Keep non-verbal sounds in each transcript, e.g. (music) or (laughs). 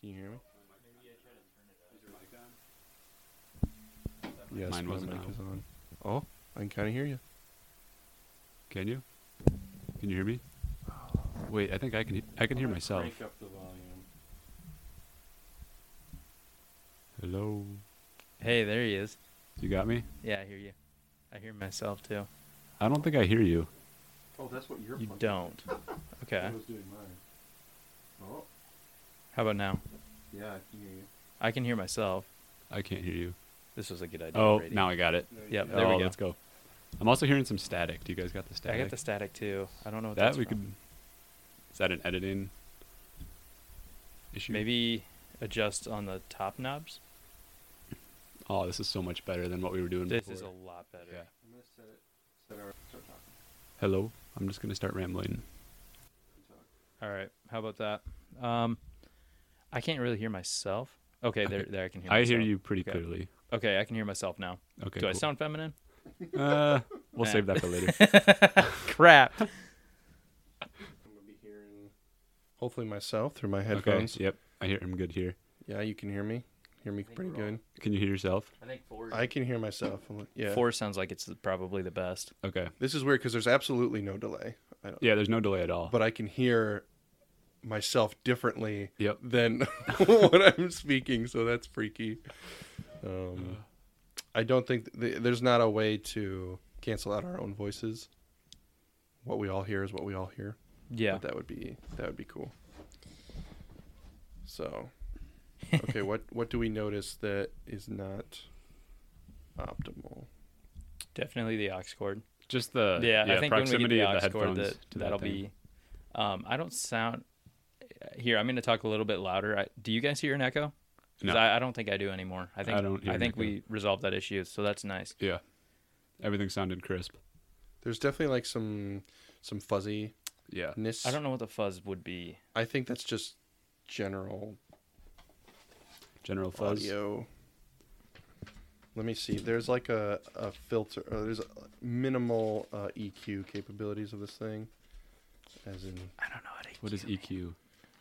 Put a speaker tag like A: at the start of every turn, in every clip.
A: Can you hear me? Yes,
B: Mine
A: my
B: wasn't
A: mic
B: on.
A: is on.
B: Oh,
A: I can kind of hear you.
B: can you? Can you hear me? Wait, I think I can. He- I can hear myself.
C: Crank up the volume.
B: Hello.
D: Hey, there he is.
B: You got me?
D: Yeah, I hear you. I hear myself too.
B: I don't think I hear you.
C: Oh, that's what you're.
D: You
C: plugged in.
D: don't. Okay.
C: I was doing mine. Oh,
D: How about now?
C: yeah, I can hear you.
D: I can hear myself.
B: I can't hear you.
D: This was a good idea.
B: Oh,
D: Brady.
B: now I got it.
C: No, you
D: Yep,
C: can.
D: there we
B: oh,
D: go.
B: let's go. I'm also hearing some static. Do you guys got the
D: I
B: static?
D: got the static too. I don't know what
B: that
D: that's
B: we
D: from.
B: could. Is that an editing issue?
D: maybe adjust on the top knobs.
B: Oh, this is so much better than what we were doing
D: This
B: before.
D: is a lot better.
B: Yeah.
C: I'm gonna set it. Set our start talking.
B: Hello. I'm just gonna start rambling.
C: and talk.
D: All right. How about that? Um, I can't really hear myself.
B: (laughs)
D: Okay, there, there. I can hear.
B: I hear
D: myself.
B: you pretty
D: Okay.
B: clearly.
D: Okay, I can hear myself now.
B: Okay.
D: Do I
B: cool.
D: sound feminine?
B: Uh, we'll
D: (laughs) Nah.
B: save that for later.
D: Crap. (laughs)
C: I'm gonna be hearing.
A: Hopefully myself through my
B: okay.
A: headphones.
B: Yep. I hear. I'm good here.
A: Yeah, you can hear me. Hear me
C: think
A: pretty
C: we're all-
A: good.
B: Can you hear yourself?
D: I think four.
A: I can hear myself. I'm like, yeah.
D: Four sounds like it's probably the best.
B: Okay.
A: This is weird because there's absolutely no delay,
B: Yeah. There's no delay at all.
A: but I can hear myself differently
B: Yep.
A: than (laughs) what I'm speaking. So that's freaky. Um,
B: Uh.
A: I don't think th- there's not a way to cancel out our own voices. What we all hear is what we all hear.
D: Yeah.
A: But that would be that would be cool. So, okay, what
B: (laughs)
A: what do we notice that is not optimal?
D: Definitely the aux cord.
B: Just the
D: yeah, I think when we get
B: proximity
D: the
B: of the
D: aux cord,
B: headphones.
D: that,
B: to that
D: that'll
B: thing.
D: be. Um, I don't sound. Here, I'm going to talk a little bit louder. I, do you guys hear an echo? 'Cause
B: No.
D: I, I don't think I do anymore. I think I,
B: don't hear an
D: think
B: echo.
D: we resolved that issue, so that's nice.
B: Yeah. Everything sounded crisp.
A: There's definitely like some some fuzziness.
B: Yeah.
D: I don't know what the fuzz would be.
A: I think that's just general
B: General fuzz.
A: audio. Let me see. There's like a, a filter. Or there's minimal uh, EQ capabilities of this thing, as in
D: I don't know what,
B: What is E EQ?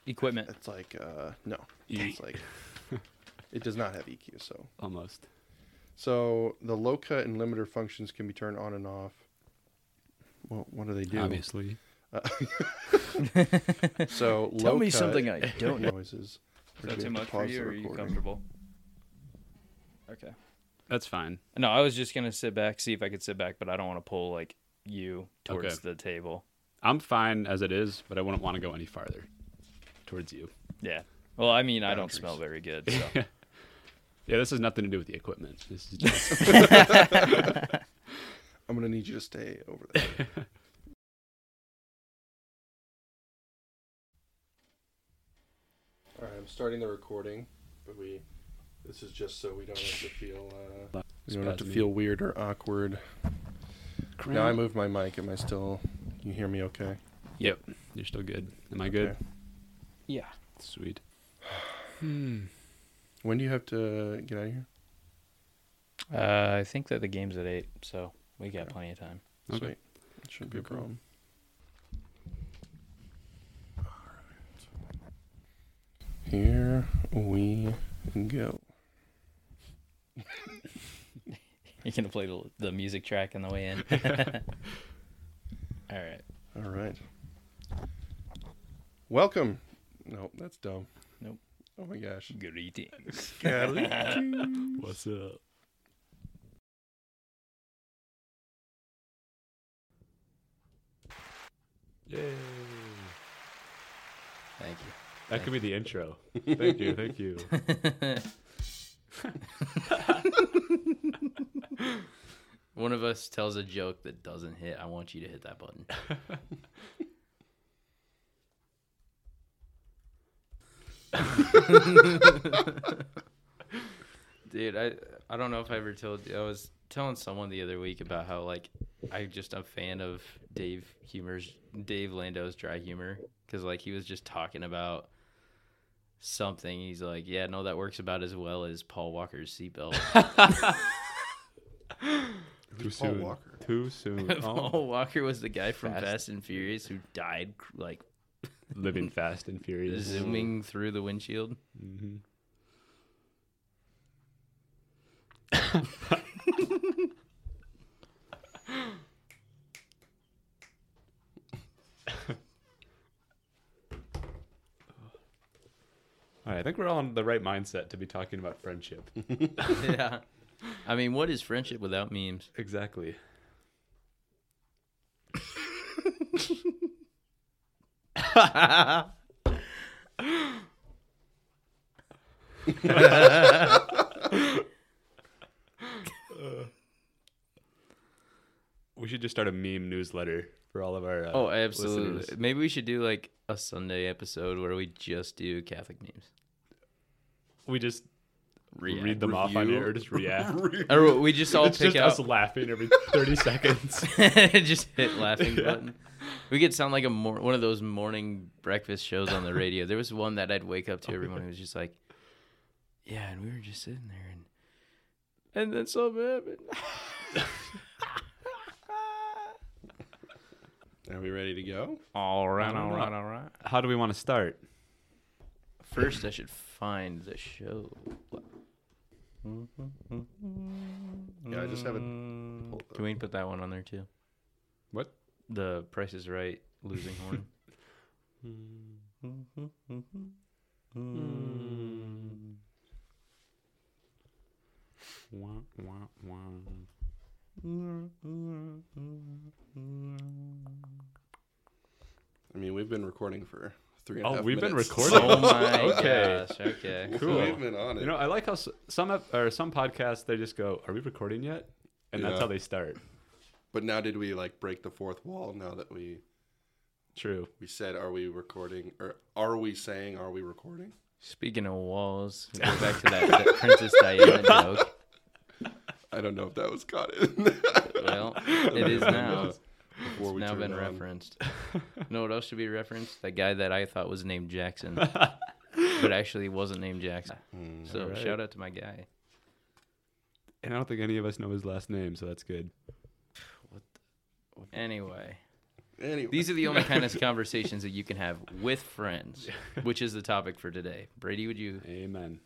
D: equipment.
A: it's like uh, no,
D: E
B: Dang.
A: it's like it does not have EQ. So
B: Almost.
A: so the low cut and limiter functions can be turned on and off. Well, what do they do?
B: Obviously.
A: So
D: (laughs) Tell
A: low
D: me
A: cut
D: something I don't know.
A: Noises.
D: Is that too much for you? Or are you comfortable? Okay.
B: That's fine.
D: No, I was just gonna sit back, see if I could sit back, but I don't want to pull like you towards
B: Okay.
D: the table.
B: I'm fine as it is, but I wouldn't want to go any farther towards
A: (laughs)
B: you.
D: Yeah. Well, I mean, I don't
A: Boundaries.
D: smell
B: (laughs)
D: very good. So.
B: Yeah, this has nothing to do with the equipment. This is just
A: I'm gonna need you to stay over there. (laughs) All right, I'm starting the recording, but we this is just so we don't have to feel uh, we don't have to
B: Spasmy.
A: feel weird or awkward.
B: crap.
A: Now I moved my mic. Am I still? Can you hear me? Okay.
B: Yep, you're still good. Am I good?
A: Okay.
D: yeah.
B: Sweet. Hmm.
A: When do you have to get out of here?
D: Uh, I think that the game's at eight, so we got
A: Okay.
D: plenty of time.
B: Okay.
A: Sweet. It shouldn't be a
B: Okay, cool.
A: problem. All right. Here we go.
D: (laughs) You're gonna play the, the music track on the way (laughs) in. All right.
A: All right. Welcome. No, that's dumb.
D: Nope.
A: Oh my
D: (laughs)
A: gosh.
D: Good eating.
B: What's up? Yay.
D: Thank you.
B: That could be the intro. Thank you, thank
D: (laughs)
B: you.
E: One of us tells a joke that doesn't hit. I want you to hit that button. Dude, I I don't know if I ever told you. I was telling someone the other week about how like I just a fan of Dave humor's Dave Lando's dry humor because like he was just talking about something. He's like, yeah, no, that works about as well as Paul Walker's seatbelt.
B: Too
A: Paul
B: soon.
A: Walker?
D: (laughs)
B: Too soon. (laughs)
D: Oh.
E: Paul Walker was the guy from Fast, and Furious who died like
B: living fast and furious.
D: zooming through the windshield.
B: Mm-hmm. all right, I think we're all in the right mindset to be talking about
D: (laughs)
B: friendship.
D: (laughs) yeah. (laughs) I mean, what is friendship without memes?
B: exactly. We should just start a meme newsletter for all of our. Uh,
D: (laughs) Oh, absolutely.
B: listeners.
D: Maybe we should do like a Sunday episode where we just do Catholic memes.
B: We just read them off on
A: Review.
B: here or just
D: (laughs)
B: react.
D: Or we just (laughs) all
B: it's
D: pick
B: just
D: out
B: us laughing every
D: (laughs)
B: 30 seconds.
D: just (laughs) hit laughing
B: Yeah.
D: button. We could sound like a mor- one of those morning breakfast shows on the radio. There was one that I'd wake (laughs) up to every morning. It was just like, yeah, and we were just sitting there, and and then something happened.
A: Are we ready to go?
D: All right,
B: all right,
D: all right.
B: How do we want to start?
D: First, I should find the show.
A: Yeah, I just haven't.
D: Can we put that one on there too?
B: What? Oh,
D: The Price is Right losing
B: (laughs)
D: horn.
B: Hmm. Wah, wah, wah.
A: I mean, we've been recording for three and a
B: Oh,
A: half
B: we've been
A: minutes.
B: recording.
D: oh my
B: Okay.
D: gosh! Okay.
A: (laughs)
B: Cool.
A: We've been on it.
B: You know, I like how s- some ep- or some podcasts they just go, "Are we recording yet?" And that's
A: Yeah.
B: how they start.
A: but now, did we like break the fourth wall? Now that we
B: True.
A: we said, are we recording? Or are we saying, are we recording?
D: Speaking of walls, go back to that, that Princess
B: (laughs)
D: Diana joke.
A: I don't know if that was caught in.
D: Well, it is now.
A: Before
D: It's now
A: turn
D: been
A: it on.
B: (laughs)
D: referenced. know what else should be referenced? That guy that I thought was
B: (laughs)
D: named Jackson, but actually wasn't named Jackson. so
B: Alright.
D: shout out to my guy.
B: And I don't think any of us know his last name, so that's good.
D: Anyway,
A: Anyway,
D: these are the only kind (laughs) of conversations that you can have with friends, which is the topic for today. Brady, would you
B: Amen.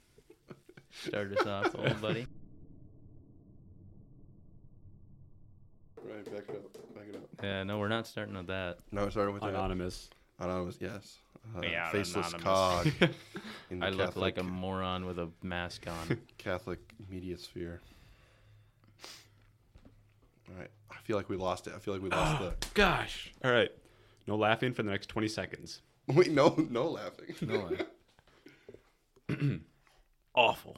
D: start us off, old buddy?
A: right back it up, back it up.
D: Yeah, no, we're not starting with that.
A: No, I started with that.
B: Anonymous.
A: Anonymous, yes. Uh,
F: Yeah,
A: faceless
F: anonymous.
B: (laughs)
A: cog in the
D: I
A: Catholic,
D: look like a moron with a mask
B: (laughs)
D: on.
A: Catholic media sphere. All right, I feel like we lost it. I feel like we lost
B: (gasps)
A: the. (laughs)
B: Gosh. All right. No laughing for the next 20 seconds.
A: Wait, no, no laughing.
D: No way.
B: Awful.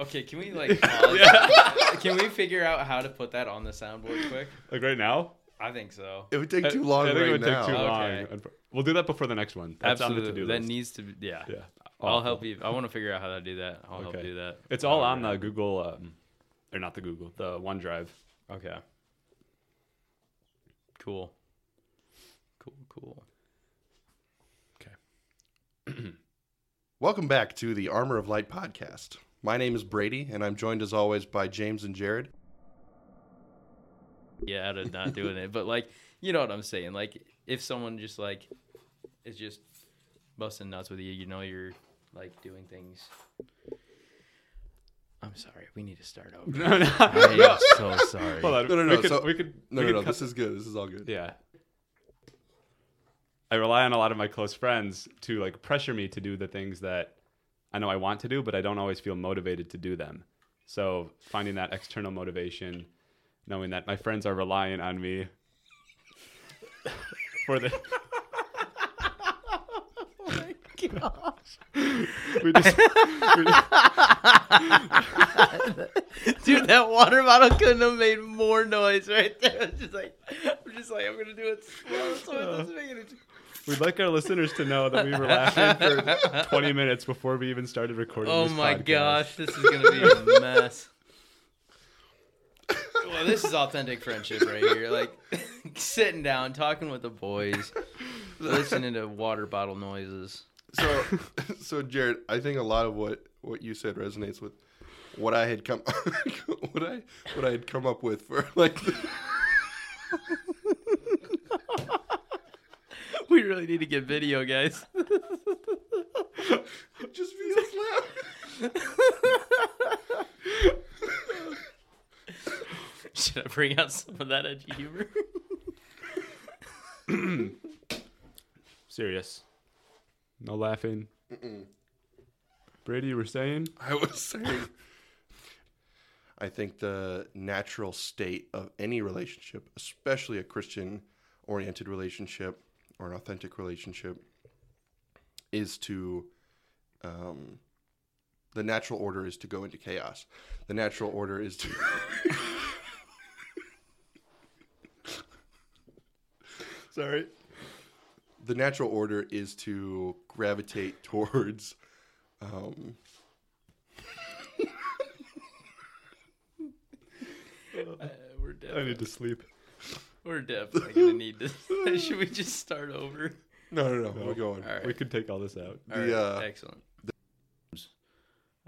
D: Okay, (laughs) can we like pause? (laughs) Can we figure out how to put that on the soundboard quick?
B: Like right now?
D: I think so.
A: (laughs) It would take too long
B: I think
A: right
B: it would
A: now.
B: take too
D: Okay.
B: long. We'll do that before the next one. That's on the to-do
D: Absolutely. That
B: list.
D: needs to be, yeah.
B: yeah.
D: I'll
B: Awful.
D: help you. I want to figure out how to do that. I'll help
B: Okay.
D: do that.
B: It's all on the Google, um, or not the Google, the OneDrive.
D: Okay. Cool. Cool, cool.
A: Welcome back to the Armor of Light podcast. My name is Brady, and I'm joined as always by James and Jared.
D: Yeah, out of not doing it. But like, you know what I'm saying? Like if someone just like is just busting nuts with you, you know you're like doing things. I'm sorry. We need to start
B: (laughs)
D: over.
B: (laughs) no, no.
D: I am so sorry.
B: Hold on.
A: No, no,
B: We
A: no,
B: could,
A: so-
B: we could,
A: No, no,
B: we could
A: no.
B: cut-
A: This is good. This is all good.
B: Yeah. I rely on a lot of my close friends to like pressure me to do the things that I know I want to do, but I don't always feel motivated to do them. So finding that external motivation, knowing that my friends are relying on me (laughs) for the.
D: Oh
B: (laughs) We just,
D: Dude, that water bottle couldn't have made more noise right there. It's just like, I'm just like, I'm gonna do it slow so it doesn't make any.
B: we'd like our listeners to know that we were laughing for 20 minutes before we even started recording.
D: Oh
B: this
D: my
B: podcast.
D: gosh, this is gonna be (laughs) a mess. Well, this is authentic friendship right here. Like (laughs) sitting down, talking with the boys, listening to water bottle noises.
B: (laughs)
A: (laughs) So, so Jared, I think a lot of what what you said resonates with what I had come (laughs) what I what I had come up with for like (laughs)
D: we really need to get video, guys.
A: just feels loud.
D: (laughs) Should I bring out some of that edgy humor?
B: Serious. No laughing. Brady, you were saying?
A: I was saying (laughs) I think the natural state of any relationship, especially a Christian oriented relationship or an authentic relationship, is to um, the natural order is to go into chaos. The natural order is to (laughs) Sorry. The natural order is to gravitate towards um,
D: Uh, we're definitely,
B: to sleep.
D: we're definitely gonna need this. (laughs) Should we just start over?
A: No, no, no. We're going.
D: All right.
B: We could take all this out.
D: All right,
A: The, uh,
D: excellent.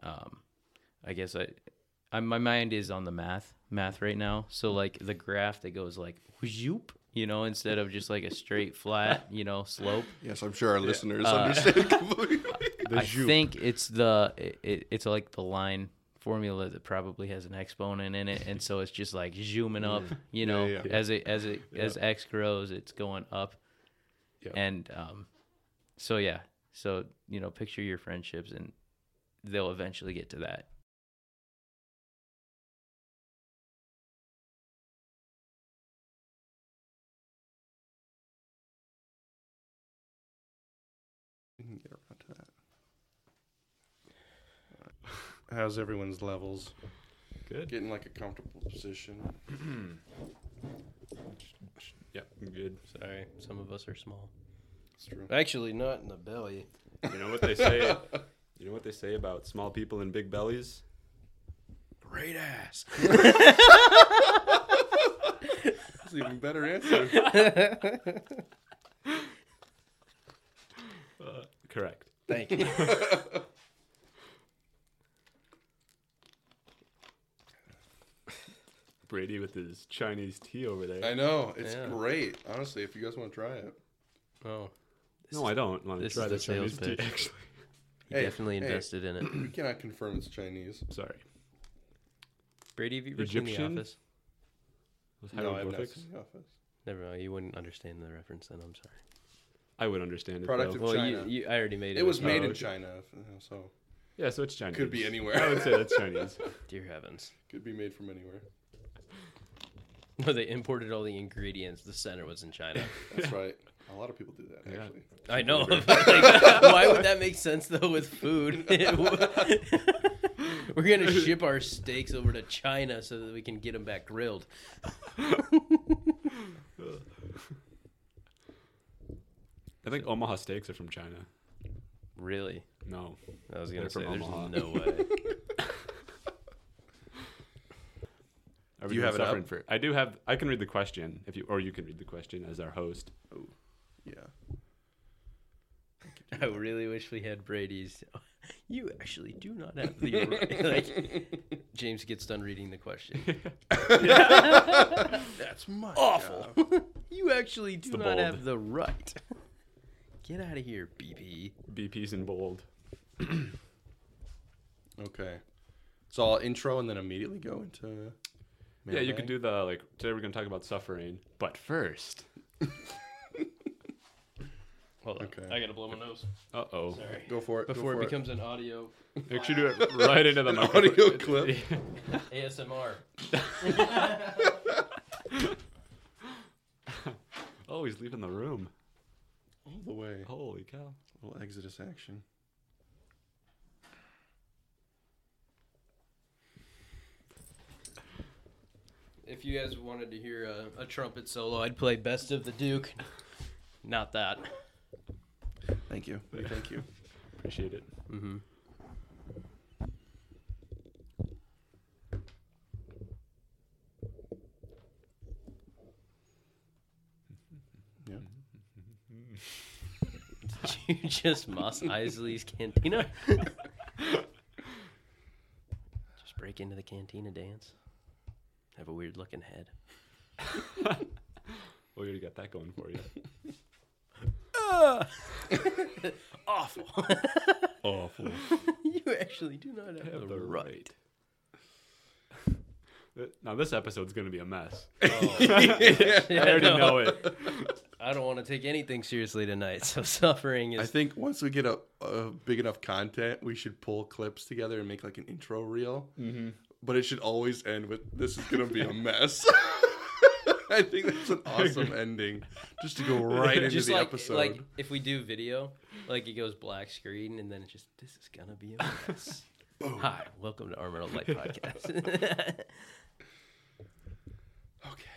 D: um, I guess I, I, my mind is on the math, math right now. So like the graph that goes like whoop, you know, instead of just like a straight flat, you
B: (laughs)
D: know, slope.
A: Yes, I'm sure our listeners (laughs) understand completely.
D: I think it's the it- it, it's like the line formula that probably has an exponent in it, and so it's just like
B: (laughs)
D: zooming up, you know,
B: yeah, yeah.
D: as it as it as x grows, it's going up,
B: Yeah.
D: and um, so yeah, so you know, picture your friendships, and they'll eventually get to that.
A: We can get around to that. How's everyone's levels?
B: Good.
A: Getting like a comfortable position.
B: Yep. Good.
G: Sorry, some of us are small.
A: It's true.
G: Actually, not in the belly.
B: You know what they say? you know what they say about small people and big bellies?
A: Great (laughs) ass. That's an even better answer.
B: Correct.
G: Thank you.
B: Brady with his Chinese tea over there.
A: I know. It's
G: Yeah.
A: great. Honestly, if you guys want to try it.
G: (laughs) Oh,
B: no, I don't want to
G: this
B: try
G: is
B: the
G: the sales
B: Chinese tea.
G: pitch.
B: Actually, (laughs)
G: he
A: Hey,
G: definitely
A: hey.
G: invested in it.
A: We cannot confirm it's Chinese.
B: sorry.
G: Brady, have you ever seen
B: Egyptian?
G: The Office?
B: Those
A: No, I've not
B: hieroglyphics?
A: seen the office.
G: Never mind. You wouldn't understand the reference then. I'm sorry.
B: I would understand it.
A: Product
B: though.
A: of-
G: Well, you,
A: China.
G: you, I already made it.
A: It was
G: up.
A: made
B: Oh,
A: in
B: okay.
A: China, uh, so
B: yeah, so it's Chinese.
A: could be anywhere.
B: I would say that's Chinese.
A: (laughs)
G: Dear heavens.
A: could be made from anywhere.
G: No, they imported all the ingredients. The center was in
D: (laughs)
G: China.
A: That's right. A lot of people do that
B: Yeah.
A: actually.
G: I know. but, like, (laughs) why would that make sense though with
B: (laughs)
G: food? We're gonna ship our steaks over to China so that we can get them back grilled.
B: I think Omaha steaks are from China.
G: Really?
B: No,
G: I was
B: They're
G: gonna
B: from
G: say there's
B: Omaha. (laughs)
G: no way.
B: Are
A: you
B: doing
A: have it up?
B: suffering For, I do have. I can read the question if you, or you can read the question as our host.
A: Yeah.
G: I really wish we had Brady's. (laughs) You actually do not have the right. (laughs) like James gets done reading the question.
B: (laughs)
A: That's my
G: Awful.
A: job.
G: You actually do
B: the
G: not have
B: bold.
G: the right. (laughs) Get out of here, BP.
B: BP's in bold.
A: Okay. So I'll intro and then immediately go into.
B: yeah, you
A: mailbag?
B: could do the like. Today we're gonna talk about suffering, but first.
G: Hold on.
A: Okay.
G: I gotta blow my nose.
B: Uh oh.
G: Sorry.
A: Go for it. go
G: Before
A: for
G: it becomes an audio
B: Make sure you do it right
A: (laughs)
B: into (laughs) the
A: an
B: microphone.
A: audio clip.
G: ASMR.
B: Oh, he's leaving the room.
A: All the way.
B: Holy cow.
A: Little Exodus action.
G: If you guys wanted to hear a, a trumpet solo, I'd play Best of the Duke. Not that.
A: Thank you. Thank you.
B: Appreciate it.
D: (laughs)
G: Mm-hmm.
A: Yeah. (laughs)
G: you
D: (laughs)
G: just Moss Isley's Cantina? just
D: back into the cantina dance. Have a weird looking head.
B: Well, you already got that going
A: (laughs)
B: for you.
D: Awful.
B: Awful.
D: (laughs) you actually do not have, the, right.
B: Th- Now this episode's gonna be a
A: (laughs)
B: mess.
D: (laughs) Yeah,
B: I already
D: no.
B: know it.
D: I don't want to take anything seriously tonight, so (laughs) suffering
A: I
D: is.
A: think once we get a, a big enough content, we should pull clips together and make like an intro reel. Mm-hmm. But it should always end with "This is gonna be a mess." (laughs) I think that's an awesome ending, just to go
D: (laughs)
A: right into
D: just
A: the
D: like,
A: episode.
D: like if we do video, like it goes black screen and then it's just this is gonna be a
A: (laughs)
D: mess. Hi, welcome to Armored Light Podcast. (laughs)
A: okay.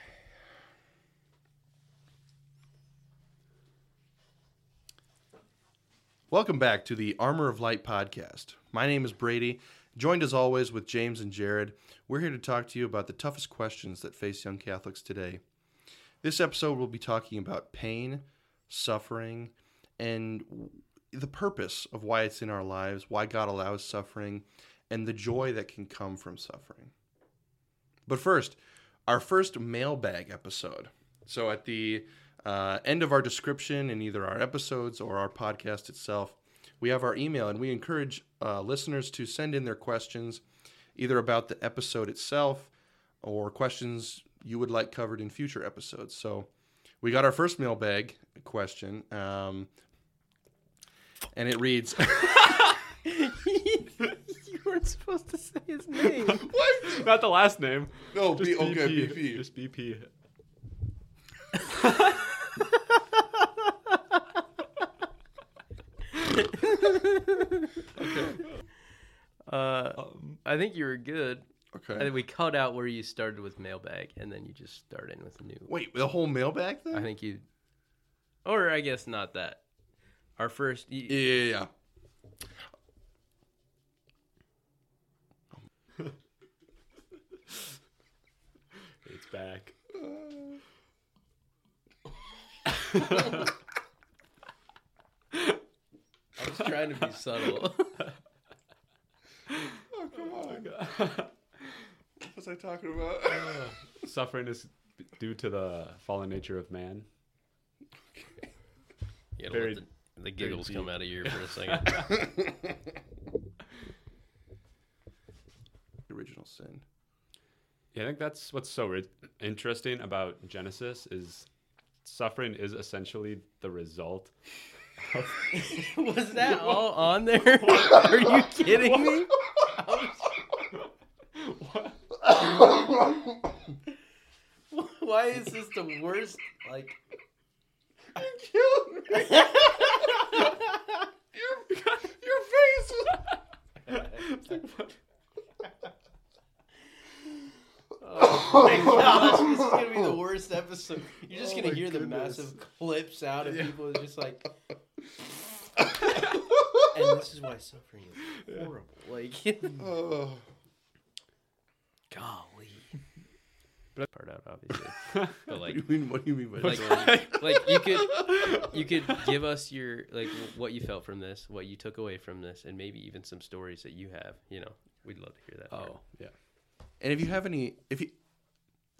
A: Welcome back to the Armor of Light podcast. My name is Brady, joined as always with James and Jared. We're here to talk to you about the toughest questions that face young Catholics today. This episode, we'll be talking about pain, suffering, and w- the purpose of why it's in our lives, why God allows suffering, and the joy that can come from suffering. But first, our first mailbag episode. So at the uh, end of our description in either our episodes or our podcast itself, we have our email, and we encourage uh, listeners to send in their questions either about the episode itself or questions you would like covered in future episodes. So we got our first mailbag question, um, and it reads. (laughs)
D: you weren't supposed to say his name.
A: (laughs)
B: Not the last name.
A: No,
B: Just
A: Oh, B- okay,
B: BP.
A: BP.
B: Just BP.
D: Uh,
B: Um,
D: I think you were good. I
A: Okay.
D: think we cut out where you started with mailbag, and then you just start in with new.
A: Wait, the whole mailbag thing?
D: I think you, or I guess not that. Our first, you,
A: Yeah, yeah, yeah.
B: it's back. (laughs)
D: I was trying to
A: (laughs)
D: be subtle.
A: Oh, come on.
B: God.
A: What was I talking about?
B: Suffering is due to the fallen nature of man.
D: You gotta
B: Very-
D: let the, the giggles come
B: deep.
D: out of you for
A: (laughs)
D: a second.
A: (sighs) Original sin.
B: Yeah, I think that's what's so ri- interesting about Genesis is suffering is essentially the result.
D: (laughs) was that all on there? (laughs) Are you kidding me?
B: What?
D: Why is this the worst? Like,
B: It's like, what?
D: God, this is Oh, gonna be the worst episode. You're just gonna hear the massive clips out of people just like. and this is why suffering is horrible. Like, (laughs)
A: Oh.
D: golly.
B: But-
D: Part out, obviously. But
A: What
D: like,
A: do you mean? What do you mean by
D: like,
A: that?
D: (laughs) like you could you could give us your like what you felt from this, what you took away from this, and maybe even some stories that you have. You know, we'd love to hear that. part.
B: Oh, yeah.
A: And if you have any, if you,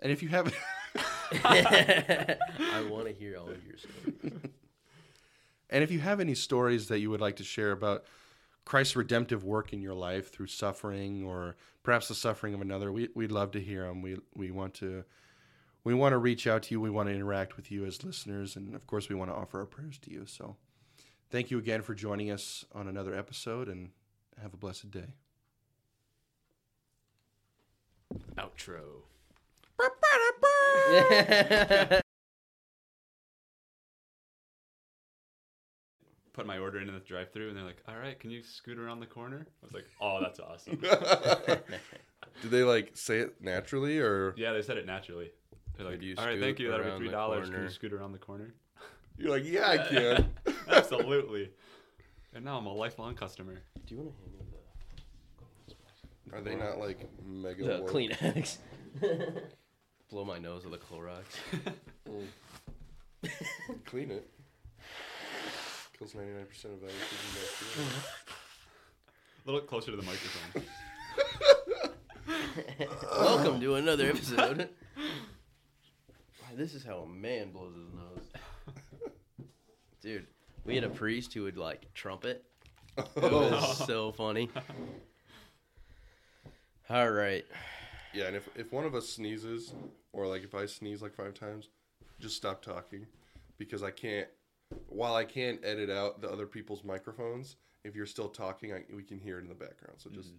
A: and if you have, (laughs)
D: Oh. (laughs) I want to hear all of your (laughs) stories.
A: and if you have any stories that you would like to share about Christ's redemptive work in your life through suffering or perhaps the suffering of another, we, we'd love to hear them. We we want to, we want to reach out to you. We want to interact with you as listeners, and of course, we want to offer our prayers to you. So, thank you again for joining us on another episode, and have a blessed day.
B: Outro. Put my order in the drive thru and they're like, all right, can you scoot around the corner? I was like, oh, that's awesome.
A: Did they like say it naturally or
B: yeah, they said it naturally. They're like,
D: Could you
B: all right,
D: scoot
B: thank you. That'll
D: around
B: be
D: the
B: $3. Can
D: corner?"
B: you scoot around the corner?
A: (laughs)
B: (laughs)
A: you're like, yeah, I can.
B: Absolutely. And now I'm a lifelong customer. (laughs)
D: Do you want to hand me the,
A: Are they not like mega
D: the
A: warped?
D: (laughs) Kleenex? Blow my nose with a Clorox.
A: Clean it. Kills 99% of viruses
B: A little closer to the microphone.
A: and bacteria.
G: Welcome to another episode. Why, this is how a man blows his nose. Dude, we had a priest who would like trumpet. It
A: Oh.
G: was so funny. All right.
A: Yeah, and if, if one of us sneezes, or like if I sneeze like five times, just stop talking because I can't. While I can't edit out the other people's microphones, if you're still talking, I, we can hear it in the background. So just,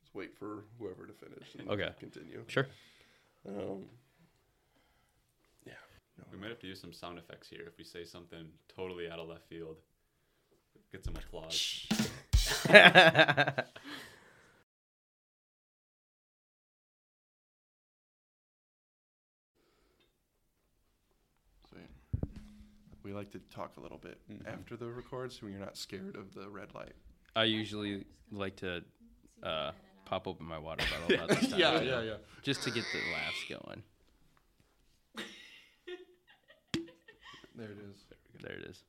A: just wait for whoever to finish. And
D: Mm. Okay.
A: Continue.
D: Sure.
A: Um,
B: We might have to use some sound effects here if we say something totally out of left field. Get some applause.
A: Sweet. We like to talk a little bit after the record, so you're not scared of the red light.
D: I usually like to uh, pop open my water bottle about this time, you know,
A: (laughs) yeah.
D: just to get the laughs going.
A: There it is.
D: There it is.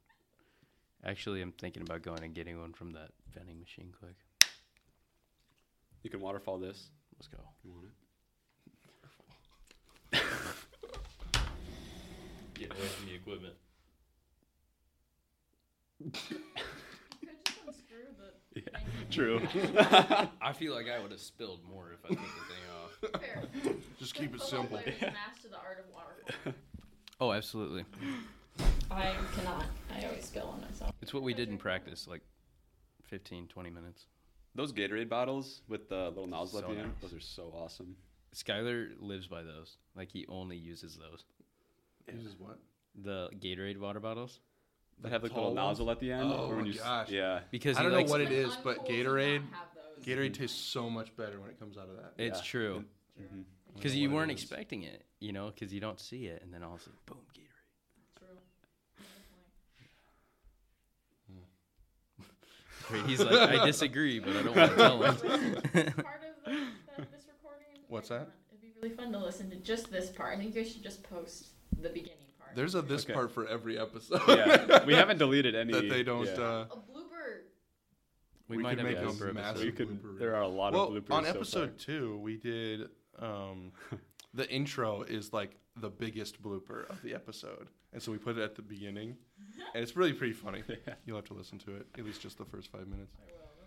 D: Actually, I'm thinking about going and getting one from that vending machine quick.
B: You can waterfall this.
D: Let's go.
B: You want it?
D: Get away from the equipment.
H: Could just unscrew the
B: True.
D: I feel like I would have spilled more if I took the thing off.
H: fair.
A: Just
H: Like,
A: keep it
H: football
A: simple.
H: players master the art of waterfall.
D: (laughs) Oh, absolutely.
H: I cannot. I always spill on myself.
D: It's what we did in practice, like 15, 20 minutes.
B: those Gatorade bottles with the little nozzle at
D: So
B: the end,
D: nice.
B: those are so awesome.
D: Skylar lives by those. Like he only uses those.
A: Uses what?
D: The Gatorade water bottles.
B: That have the
A: tall
B: little
A: ones?
B: nozzle at the end.
A: Oh
B: or when
A: my
B: you s-
A: gosh.
B: (laughs) Yeah.
D: Because
A: I
D: he
A: don't know
D: likes,
A: what
H: It's
A: it is,
H: uncool
A: but
H: to not
A: Gatorade,
H: have those.
A: Gatorade tastes so much better when it comes out of that.
D: It's
B: Yeah.
D: true.
A: Mm-hmm.
B: Mhm.
D: Because
A: know
D: you
A: what it
D: weren't
A: is.
D: expecting it, you know, because you don't see it, and then all of a sudden, boom, Gatorade.
H: True.
D: He's like, I disagree, but I don't want to tell
A: (laughs)
D: him.
H: part of the, the, this recording. is-
A: What's
H: I don't
A: that?
H: know. It'd be really fun to listen to just this part. I think you guys should just post the beginning part.
A: There's a this
B: Okay.
A: part for every episode.
B: yeah. We haven't deleted
A: (laughs)
B: any.
A: that they don't.
B: yeah.
A: Uh, (laughs)
H: a blooper.
D: We,
A: We
D: might
A: could
D: have
A: make
D: a
A: a
D: blooper
A: massive-
D: episode.
B: we could,
A: blooper
B: there are a lot
A: uh, well,
B: of bloopers.
A: on
B: so far.
A: episode two, we did. Um, the intro is like the biggest blooper of the episode, and so we put it at the beginning, and it's really pretty funny. You'll have to listen to it at least just the first five minutes.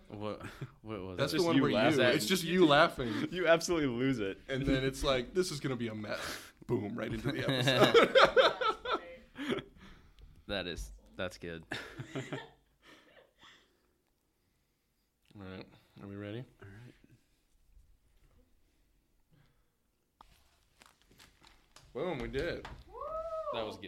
D: What, what was
A: That's
D: it?
A: the
B: just
A: one
B: you
A: where you.
B: laughing.
A: It's just you laughing,
B: (laughs) You absolutely lose it.
A: and
B: (laughs)
A: then it's like this is gonna be a mess. Boom! Right into (laughs) the episode.
D: That is, that's good.
A: All right. Are we ready? All right. Boom, we did. it.
D: That was good.